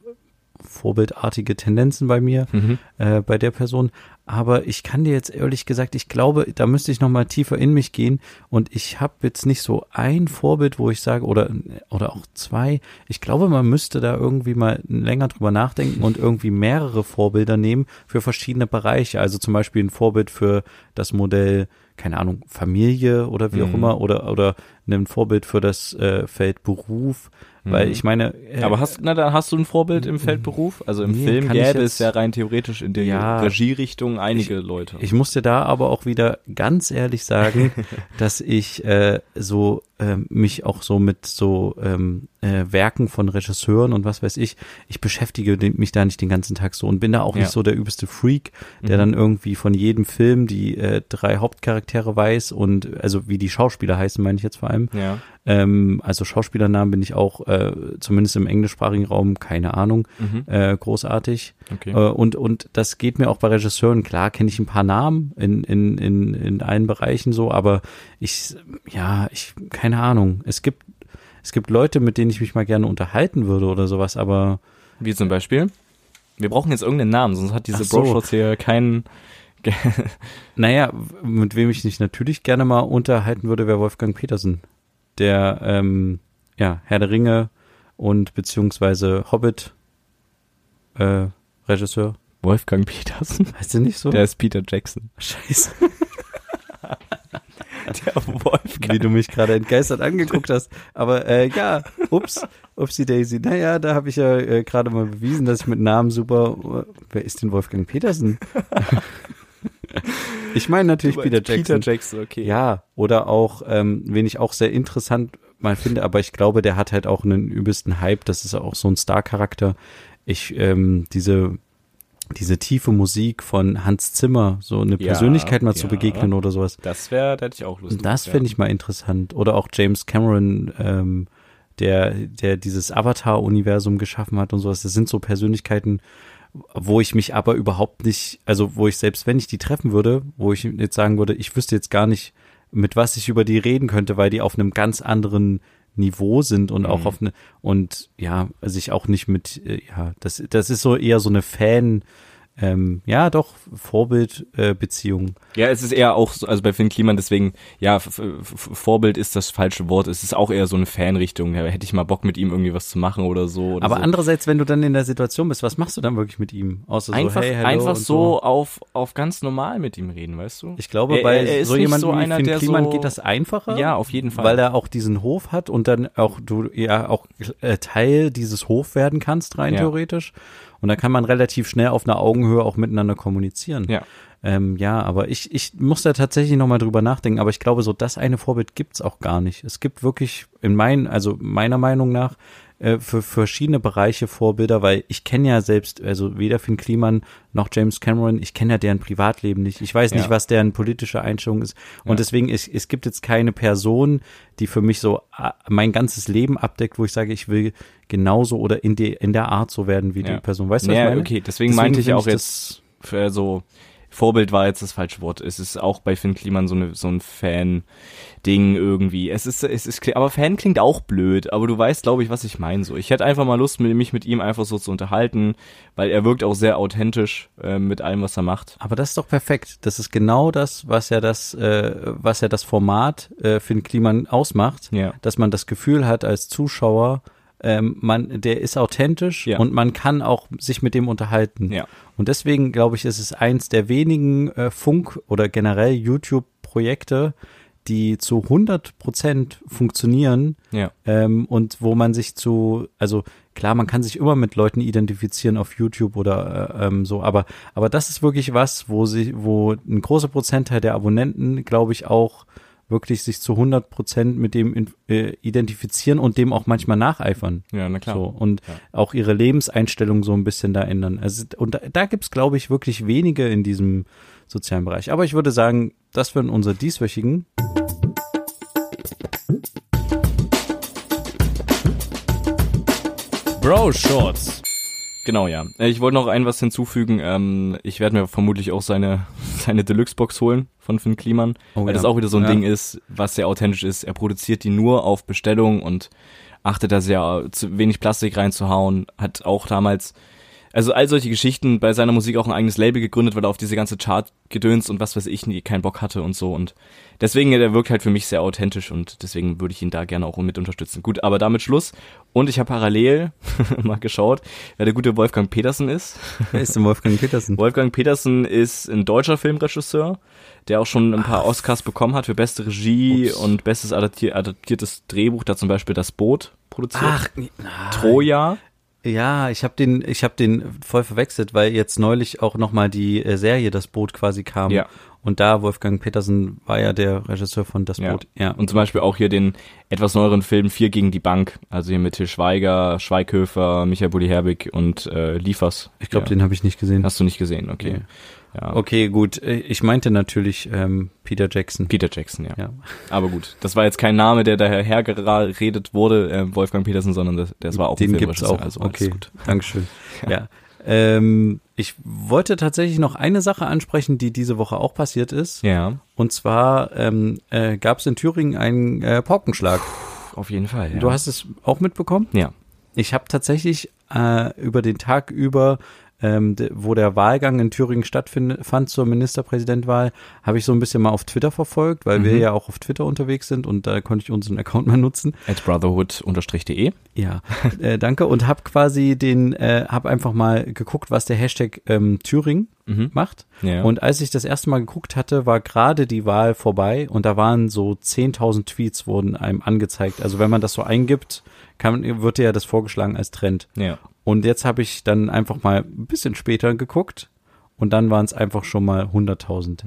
Speaker 1: vorbildartige Tendenzen bei mir
Speaker 2: Mhm.
Speaker 1: äh, bei der Person. Aber ich kann dir jetzt ehrlich gesagt, ich glaube, da müsste ich nochmal tiefer in mich gehen. Und ich habe jetzt nicht so ein Vorbild, wo ich sage, oder, oder auch zwei. Ich glaube, man müsste da irgendwie mal länger drüber nachdenken und irgendwie mehrere Vorbilder nehmen für verschiedene Bereiche. Also zum Beispiel ein Vorbild für das Modell, keine Ahnung, Familie oder wie auch
Speaker 2: Mhm.
Speaker 1: immer, oder, oder ein Vorbild für das äh, Feld Beruf. Weil
Speaker 2: Mhm.
Speaker 1: ich meine, äh,
Speaker 2: Aber hast, na, dann hast du ein Vorbild im Feldberuf? Also im
Speaker 1: Mhm. Nee,
Speaker 2: Film
Speaker 1: kann ich
Speaker 2: gäbe
Speaker 1: jetzt-
Speaker 2: es ja rein theoretisch in der
Speaker 1: Ja.
Speaker 2: Regierichtung einige Leute.
Speaker 1: Ich muss dir da aber auch wieder ganz ehrlich sagen, dass ich äh, so ähm, mich auch so mit so ähm, äh, Werken von Regisseuren und was weiß ich, ich beschäftige den, mich da nicht den ganzen Tag so und bin da auch
Speaker 2: Ja.
Speaker 1: nicht so der übelste Freak, der dann irgendwie von jedem Film die äh, drei Hauptcharaktere weiß und äh, also wie die Schauspieler heißen, meine ich jetzt vor allem.
Speaker 2: ja.
Speaker 1: Ähm, also Schauspielernamen bin ich auch äh, zumindest im englischsprachigen Raum keine Ahnung
Speaker 2: Mhm.
Speaker 1: äh, großartig.
Speaker 2: Okay.
Speaker 1: Äh, Und, und das geht mir auch bei Regisseuren. Klar kenne ich ein paar Namen in, in, in, in allen Bereichen so, aber ich, ja, ich, keine Ahnung. Es gibt, es gibt Leute, mit denen ich mich mal gerne unterhalten würde oder sowas, aber
Speaker 2: Wie zum Beispiel? Wir brauchen jetzt irgendeinen Namen, sonst hat diese
Speaker 1: Ach so.
Speaker 2: Bro-Shots hier keinen.
Speaker 1: naja, w- mit wem ich mich natürlich gerne mal unterhalten würde, wäre Wolfgang Petersen, der, ähm, ja, Herr der Ringe und beziehungsweise Hobbit, äh, Regisseur.
Speaker 2: Wolfgang Petersen.
Speaker 1: Heißt der nicht so?
Speaker 2: Der ist Peter Jackson.
Speaker 1: Scheiße.
Speaker 2: Der Wolfgang.
Speaker 1: wie du mich gerade entgeistert angeguckt hast. Aber äh, ja, ups, upsie Daisy. Naja, da habe ich ja äh, gerade mal bewiesen, dass ich mit Namen super. äh, wer ist denn Wolfgang Petersen? ich meine natürlich Peter Jackson.
Speaker 2: Peter Jackson, okay.
Speaker 1: ja, oder auch, ähm, wen ich auch sehr interessant mal finde, aber ich glaube, der hat halt auch einen übelsten Hype. Das ist auch so ein Star-Charakter. Ich, ähm, diese diese tiefe Musik von Hans Zimmer, so eine
Speaker 2: Ja,
Speaker 1: Persönlichkeit mal zu
Speaker 2: ja.
Speaker 1: begegnen oder sowas.
Speaker 2: Das wäre, da hätte ich auch Lust.
Speaker 1: Das finde ich mal interessant. Oder auch James Cameron, ähm, der, der dieses Avatar-Universum geschaffen hat und sowas. Das sind so Persönlichkeiten, wo ich mich aber überhaupt nicht, also wo ich selbst, wenn ich die treffen würde, wo ich jetzt sagen würde, ich wüsste jetzt gar nicht, mit was ich über die reden könnte, weil die auf einem ganz anderen Niveau sind und auch
Speaker 2: Mhm.
Speaker 1: auf eine, und ja, sich auch nicht mit, äh, ja, das, das ist so eher so eine Fan, ähm, ja, doch, Vorbildbeziehung. Äh, Beziehung.
Speaker 2: Ja, es ist eher auch, so, also bei Finn Kliman, deswegen, ja, F- F- Vorbild ist das falsche Wort. Es ist auch eher so eine Fanrichtung. Da hätte ich mal Bock, mit ihm irgendwie was zu machen oder so. Oder
Speaker 1: Aber
Speaker 2: so.
Speaker 1: andererseits, wenn du dann in der Situation bist, was machst du dann wirklich mit ihm? Außer
Speaker 2: einfach,
Speaker 1: so, hey, hello
Speaker 2: einfach
Speaker 1: und
Speaker 2: so, auf, auf ganz normal mit ihm reden, weißt du?
Speaker 1: Ich glaube,
Speaker 2: Er-
Speaker 1: bei
Speaker 2: er- er ist
Speaker 1: so
Speaker 2: nicht
Speaker 1: jemandem
Speaker 2: so
Speaker 1: wie
Speaker 2: einer,
Speaker 1: Finn
Speaker 2: der
Speaker 1: Kliman
Speaker 2: so-
Speaker 1: geht das einfacher.
Speaker 2: Ja, auf jeden Fall.
Speaker 1: Weil er auch diesen Hof hat und dann auch du ja auch äh, Teil dieses Hof werden kannst, rein
Speaker 2: Ja.
Speaker 1: theoretisch. Und da kann man relativ schnell auf einer Augenhöhe auch miteinander kommunizieren.
Speaker 2: Ja.
Speaker 1: Ähm, ja, aber ich, ich muss da tatsächlich nochmal drüber nachdenken, aber ich glaube, so das eine Vorbild gibt's auch gar nicht. Es gibt wirklich in meinen, also meiner Meinung nach, äh, für verschiedene Bereiche Vorbilder, weil ich kenne ja selbst, also weder Finn Kliman noch James Cameron, ich kenne ja deren Privatleben nicht. Ich weiß nicht,
Speaker 2: Ja.
Speaker 1: was deren politische Einstellung ist. Und
Speaker 2: Ja.
Speaker 1: deswegen, ich, es gibt jetzt keine Person, die für mich so ah, mein ganzes Leben abdeckt, wo ich sage, ich will genauso oder in, die, in der Art so werden wie
Speaker 2: Ja.
Speaker 1: die Person. Weißt du, was ich
Speaker 2: Naja,
Speaker 1: meine?
Speaker 2: okay, deswegen meinte ich
Speaker 1: finde
Speaker 2: auch
Speaker 1: das-
Speaker 2: jetzt für so Vorbild war jetzt das falsche Wort. Es ist auch bei Finn Kliman so, eine, so ein Fan-Ding irgendwie. Es ist, es ist, aber Fan klingt auch blöd, aber du weißt, glaube ich, was ich meine. So, ich hätte einfach mal Lust, mit- mich mit ihm einfach so zu unterhalten, weil er wirkt auch sehr authentisch äh, mit allem, was er macht.
Speaker 1: Aber das ist doch perfekt. Das ist genau das, was ja das, äh, was ja das Format äh, Finn Kliman ausmacht,
Speaker 2: Ja.
Speaker 1: dass man das Gefühl hat als Zuschauer, ähm, man, der ist authentisch
Speaker 2: Ja.
Speaker 1: und man kann auch sich mit dem unterhalten.
Speaker 2: Ja.
Speaker 1: Und deswegen glaube ich, ist es eins der wenigen äh, Funk- oder generell YouTube-Projekte, die zu 100 Prozent funktionieren,
Speaker 2: Ja.
Speaker 1: ähm, und wo man sich zu, also klar, man kann sich immer mit Leuten identifizieren auf YouTube oder äh, ähm, so, aber, aber das ist wirklich was, wo sich, wo ein großer Prozentteil der Abonnenten, glaube ich, auch wirklich sich zu 100 Prozent mit dem in, äh, identifizieren und dem auch manchmal nacheifern.
Speaker 2: Ja, na klar.
Speaker 1: So, und
Speaker 2: Ja.
Speaker 1: auch ihre Lebenseinstellung so ein bisschen da ändern. Also, und da, da gibt's glaube ich, wirklich wenige in diesem sozialen Bereich. Aber ich würde sagen, das wären unsere dieswöchigen
Speaker 2: Bro Shorts. Genau, ja. Äh, Ich wollte noch ein was hinzufügen. Ähm, ich werde mir vermutlich auch seine, seine Deluxe-Box holen von Finn Kliman,
Speaker 1: Oh,
Speaker 2: weil das
Speaker 1: ja.
Speaker 2: auch wieder so ein
Speaker 1: Ja.
Speaker 2: Ding ist, was sehr authentisch ist. Er produziert die nur auf Bestellung und achtet da sehr, zu wenig Plastik reinzuhauen. Hat auch damals, also all solche Geschichten, bei seiner Musik auch ein eigenes Label gegründet, weil er auf diese ganze Chart-Gedöns und was weiß ich nie keinen Bock hatte und so. Und deswegen, äh, der wirkt halt für mich sehr authentisch und deswegen würde ich ihn da gerne auch mit unterstützen. Gut, aber damit Schluss. Und ich habe parallel mal geschaut, wer der gute Wolfgang Petersen ist.
Speaker 1: Wer ist denn Wolfgang Petersen?
Speaker 2: Wolfgang Petersen ist ein deutscher Filmregisseur, der auch schon ein paar Oscars bekommen hat für beste Regie
Speaker 1: Ups.
Speaker 2: und bestes adaptier adaptiertes Drehbuch, da zum Beispiel das Boot produziert.
Speaker 1: nee, nein.
Speaker 2: Troja.
Speaker 1: ah, Ja, ich habe den, ich habe den voll verwechselt, weil jetzt neulich auch noch mal die äh, Serie Das Boot quasi kam.
Speaker 2: Ja.
Speaker 1: Und da Wolfgang Petersen war ja der Regisseur von Das
Speaker 2: Ja.
Speaker 1: Boot. Ja.
Speaker 2: Und zum Beispiel auch hier den etwas neueren Film Vier gegen die Bank, also hier mit Til Schweiger, Schweighöfer, Michael Bulli Herbig und äh, Liefers.
Speaker 1: ich glaube,
Speaker 2: ja.
Speaker 1: den habe ich nicht gesehen.
Speaker 2: hast du nicht gesehen, okay. Ja.
Speaker 1: Okay, gut. Äh, Ich meinte natürlich ähm, Peter Jackson.
Speaker 2: Peter Jackson, ja.
Speaker 1: Ja.
Speaker 2: Aber gut, das war jetzt kein Name, der daher hergeredet wurde, äh, Wolfgang Petersen, sondern das, das war auch ein
Speaker 1: den gibt's
Speaker 2: Filmregisseur,
Speaker 1: auch.
Speaker 2: Also alles
Speaker 1: okay,
Speaker 2: gut.
Speaker 1: Dankeschön. ja. Ähm, ich wollte tatsächlich noch eine Sache ansprechen, die diese Woche auch passiert ist.
Speaker 2: Ja,
Speaker 1: Und zwar ähm, äh, gab es in Thüringen einen äh, Paukenschlag.
Speaker 2: auf jeden Fall. Ja.
Speaker 1: Du hast es auch mitbekommen?
Speaker 2: ja.
Speaker 1: Ich habe tatsächlich äh, über den Tag über, ähm, de, wo der Wahlgang in Thüringen stattfand zur Ministerpräsidentwahl, habe ich so ein bisschen mal auf Twitter verfolgt, weil wir ja auch auf Twitter unterwegs sind und da konnte ich unseren Account mal nutzen.
Speaker 2: At brotherhood-de.
Speaker 1: Ja, äh, danke. Und habe quasi den, äh, habe einfach mal geguckt, was der Hashtag ähm, Thüringen macht.
Speaker 2: Ja.
Speaker 1: Und als ich das erste Mal geguckt hatte, war gerade die Wahl vorbei und da waren so 10.000 Tweets wurden einem angezeigt. Also wenn man das so eingibt, kann, wird dir ja das vorgeschlagen als Trend.
Speaker 2: Ja.
Speaker 1: Und jetzt habe ich dann einfach mal ein bisschen später geguckt und dann waren es einfach schon mal 100.000.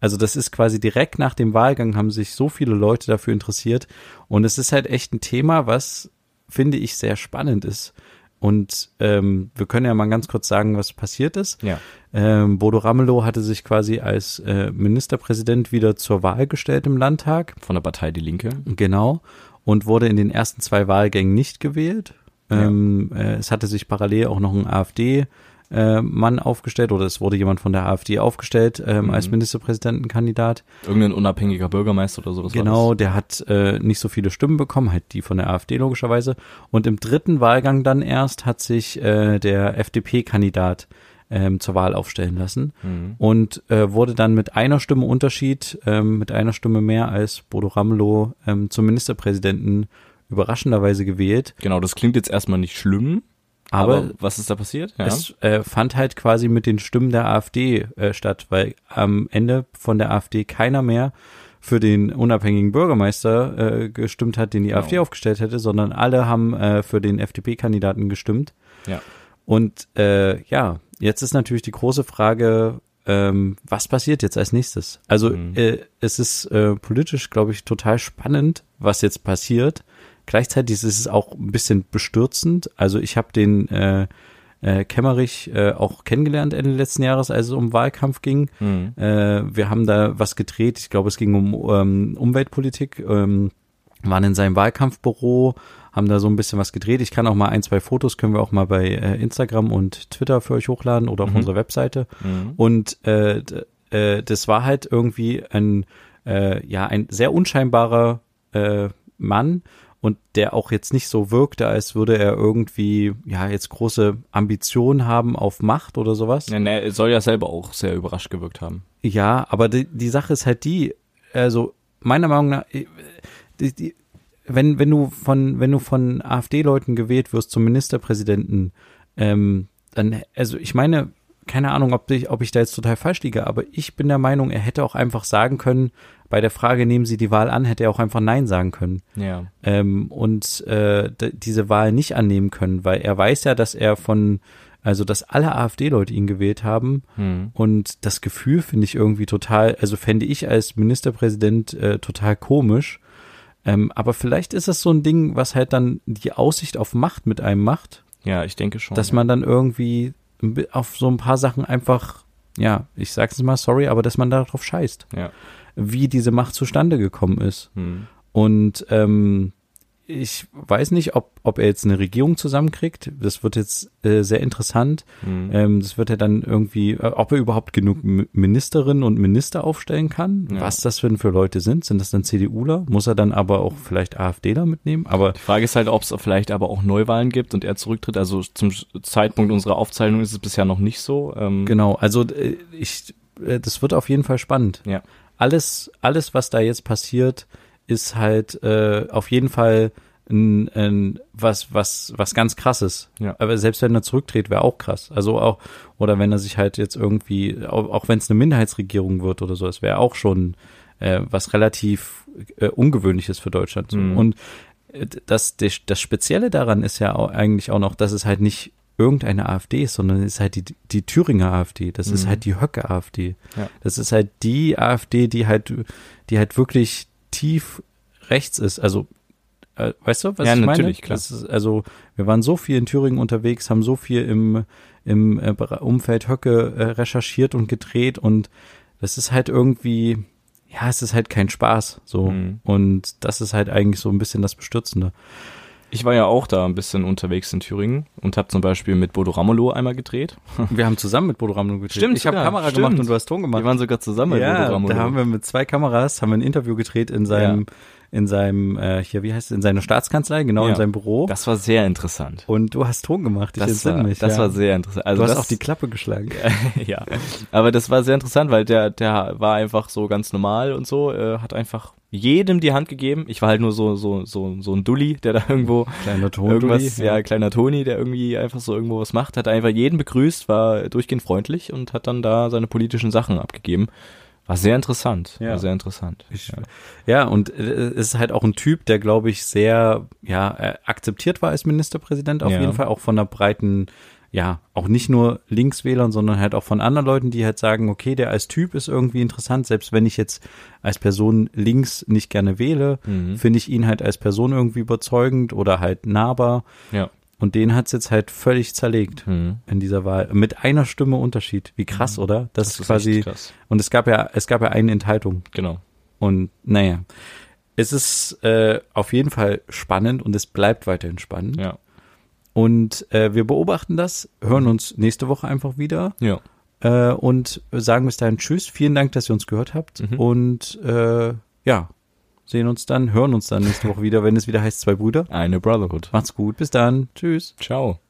Speaker 1: Also das ist quasi direkt nach dem Wahlgang haben sich so viele Leute dafür interessiert und es ist halt echt ein Thema, was finde ich sehr spannend ist. Und ähm, wir können ja mal ganz kurz sagen, was passiert ist.
Speaker 2: Ja.
Speaker 1: Ähm, Bodo Ramelow hatte sich quasi als äh, Ministerpräsident wieder zur Wahl gestellt im Landtag.
Speaker 2: Von der Partei Die Linke.
Speaker 1: Genau. Und wurde in den ersten zwei Wahlgängen nicht gewählt. Ähm, äh, es hatte sich parallel auch noch ein AfD-Mann aufgestellt oder es wurde jemand von der AfD aufgestellt ähm, als Ministerpräsidentenkandidat.
Speaker 2: Irgendein unabhängiger Bürgermeister oder so. Das
Speaker 1: Genau,
Speaker 2: War
Speaker 1: der hat äh, nicht so viele Stimmen bekommen, halt die von der AfD logischerweise. Und im dritten Wahlgang dann erst hat sich äh, der FDP-Kandidat ähm, zur Wahl aufstellen lassen
Speaker 2: Mhm.
Speaker 1: und äh, wurde dann mit einer Stimme Unterschied, ähm, mit einer Stimme mehr als Bodo Ramelow ähm, zum Ministerpräsidenten überraschenderweise gewählt.
Speaker 2: das. genau, das klingt jetzt erstmal nicht schlimm, aber,
Speaker 1: Aber,
Speaker 2: was ist da passiert? Ja.
Speaker 1: es äh, fand halt quasi mit den Stimmen der AfD äh, statt, weil am Ende von der AfD keiner mehr für den unabhängigen Bürgermeister äh, gestimmt hat, den die AfD aufgestellt hätte, sondern alle haben äh, für den FDP-Kandidaten gestimmt.
Speaker 2: ja.
Speaker 1: Und äh, ja, jetzt ist natürlich die große Frage, ähm, was passiert jetzt als nächstes? Also äh, es ist äh, politisch, glaube ich, total spannend, was jetzt passiert. Gleichzeitig ist es auch ein bisschen bestürzend. Also ich habe den äh, äh, Kemmerich äh, auch kennengelernt Ende letzten Jahres, als es um Wahlkampf ging.
Speaker 2: Hm,
Speaker 1: Äh, wir haben da was gedreht. Ich glaube, es ging um ähm, Umweltpolitik. Ähm, waren in seinem Wahlkampfbüro, haben da so ein bisschen was gedreht. Ich kann auch mal ein, zwei Fotos können wir auch mal bei äh, Instagram und Twitter für euch hochladen oder auf unserer Webseite.
Speaker 2: hm.
Speaker 1: Und äh, d- äh, das war halt irgendwie ein, äh, ja, ein sehr unscheinbarer äh, Mann und der auch jetzt nicht so wirkte, als würde er irgendwie, ja, jetzt große Ambitionen haben auf Macht oder sowas.
Speaker 2: Ja, ne, soll ja selber auch sehr überrascht gewirkt haben.
Speaker 1: Ja, aber die, die Sache ist halt die, also meiner Meinung nach, äh, die, die, wenn, wenn du von, wenn du von AfD-Leuten gewählt wirst zum Ministerpräsidenten, ähm, dann, also ich meine, keine Ahnung, ob ich, ob ich da jetzt total falsch liege, aber ich bin der Meinung, er hätte auch einfach sagen können, bei der Frage, nehmen Sie die Wahl an, hätte er auch einfach Nein sagen können
Speaker 2: Ja.
Speaker 1: ähm, und äh, d- diese Wahl nicht annehmen können, weil er weiß ja, dass er von, also dass alle AfD-Leute ihn gewählt haben
Speaker 2: Hm.
Speaker 1: und das Gefühl finde ich irgendwie total, also fände ich als Ministerpräsident äh, total komisch. Ähm, aber vielleicht ist es so ein Ding, was halt dann die Aussicht auf Macht mit einem macht,
Speaker 2: Ja, ich denke schon.
Speaker 1: dass
Speaker 2: Oh ja.
Speaker 1: man dann irgendwie ein bi- auf so ein paar Sachen einfach, ja, ich sag's mal, sorry, aber dass man darauf scheißt,
Speaker 2: Ja. Hm,
Speaker 1: wie diese Macht zustande gekommen ist. Und ähm, ich weiß nicht, ob, ob er jetzt eine Regierung zusammenkriegt. Das wird jetzt äh, sehr interessant.
Speaker 2: Mhm.
Speaker 1: Ähm, das wird er dann irgendwie, äh, ob er überhaupt genug M- Ministerinnen und Minister aufstellen kann,
Speaker 2: Ja.
Speaker 1: was das denn für Leute sind. Sind das dann CDUler? Muss er dann aber auch vielleicht AfDler mitnehmen? Aber
Speaker 2: Frage ist halt, ob es vielleicht aber auch Neuwahlen gibt und er zurücktritt. Also zum Zeitpunkt unserer Aufzeichnung ist es bisher noch nicht so. Ähm,
Speaker 1: genau, also äh, ich, äh, das wird auf jeden Fall spannend.
Speaker 2: Ja.
Speaker 1: Alles, alles, was da jetzt passiert, ist halt äh, auf jeden Fall ein, ein, was, was, was ganz krasses.
Speaker 2: Ja.
Speaker 1: Aber selbst wenn er zurücktritt, wäre auch krass. Also auch, oder wenn er sich halt jetzt irgendwie, auch, auch wenn es eine Minderheitsregierung wird oder so, es wäre auch schon äh, was relativ äh, Ungewöhnliches für Deutschland. So.
Speaker 2: Mhm.
Speaker 1: Und äh, das, das das Spezielle daran ist ja auch eigentlich auch noch, dass es halt nicht irgendeine AfD ist, sondern es ist halt die, die Thüringer AfD, das ist
Speaker 2: Mhm.
Speaker 1: halt die Höcke-AfD.
Speaker 2: Ja.
Speaker 1: Das ist halt die AfD, die halt, die halt wirklich tief rechts ist. Also, äh, weißt du, was
Speaker 2: Ja,
Speaker 1: ich meine?
Speaker 2: natürlich, klar.
Speaker 1: Das ist, also, wir waren so viel in Thüringen unterwegs, haben so viel im, im äh, Bere- Umfeld Höcke äh, recherchiert und gedreht und das ist halt irgendwie, ja, es ist halt kein Spaß, so.
Speaker 2: Mhm.
Speaker 1: Und das ist halt eigentlich so ein bisschen das Bestürzende.
Speaker 2: Ich war ja auch da ein bisschen unterwegs in Thüringen und habe zum Beispiel mit Bodo Ramelow einmal gedreht.
Speaker 1: Wir haben zusammen mit Bodo Ramelow gedreht.
Speaker 2: Stimmt,
Speaker 1: ich habe
Speaker 2: sogar.
Speaker 1: Kamera
Speaker 2: Stimmt.
Speaker 1: gemacht und du hast Ton gemacht.
Speaker 2: Wir waren sogar zusammen mit
Speaker 1: ja,
Speaker 2: Bodo Ramelow.
Speaker 1: da haben wir mit zwei Kameras haben wir ein Interview gedreht in seinem in seinem äh, hier wie heißt es in seiner Staatskanzlei genau
Speaker 2: Ja.
Speaker 1: in seinem Büro
Speaker 2: das war sehr interessant.
Speaker 1: und du hast Ton gemacht ich
Speaker 2: Das,
Speaker 1: entsinne
Speaker 2: war,
Speaker 1: mich
Speaker 2: das
Speaker 1: ja.
Speaker 2: war sehr interessant.
Speaker 1: du
Speaker 2: Also
Speaker 1: hast
Speaker 2: das,
Speaker 1: auch die Klappe geschlagen
Speaker 2: ja, aber das war sehr interessant, weil der, der war einfach so ganz normal und so, äh, hat einfach jedem die Hand gegeben. Ich war halt nur so, so, so, so ein Dulli, der da irgendwo
Speaker 1: kleiner Ton
Speaker 2: irgendwas, ja, kleiner Toni, der irgendwie einfach so irgendwo was macht, hat einfach jeden begrüßt, war durchgehend freundlich und hat dann da seine politischen Sachen abgegeben. War sehr interessant,
Speaker 1: Ja.
Speaker 2: war sehr interessant.
Speaker 1: Ich, ja, und äh, es ist halt auch ein Typ, der, glaube ich, sehr ja, äh, akzeptiert war als Ministerpräsident, auf
Speaker 2: Ja.
Speaker 1: jeden Fall auch von der breiten, ja, auch nicht nur Linkswählern, sondern halt auch von anderen Leuten, die halt sagen, okay, der als Typ ist irgendwie interessant, selbst wenn ich jetzt als Person links nicht gerne wähle,
Speaker 2: Mhm.
Speaker 1: finde ich ihn halt als Person irgendwie überzeugend oder halt nahbar.
Speaker 2: Ja.
Speaker 1: Und den hat's jetzt halt völlig zerlegt
Speaker 2: Mhm.
Speaker 1: in dieser Wahl. Mit einer Stimme Unterschied. Wie krass, oder? Das, ist quasi.
Speaker 2: Hm. echt krass.
Speaker 1: Und es gab ja, es gab ja eine Enthaltung.
Speaker 2: Genau.
Speaker 1: Und naja, es ist äh, auf jeden Fall spannend und es bleibt weiterhin spannend.
Speaker 2: Ja.
Speaker 1: Und äh, wir beobachten das,
Speaker 2: Mhm.
Speaker 1: hören uns nächste Woche einfach wieder
Speaker 2: Ja.
Speaker 1: äh, und sagen bis dahin Tschüss. Vielen Dank, dass ihr uns gehört habt.
Speaker 2: Mhm.
Speaker 1: Und äh, ja, sehen uns dann, hören uns dann nächste Woche wieder, wenn es wieder heißt Zwei Brüder.
Speaker 2: Eine Brotherhood.
Speaker 1: Macht's gut, bis dann. Tschüss.
Speaker 2: Ciao.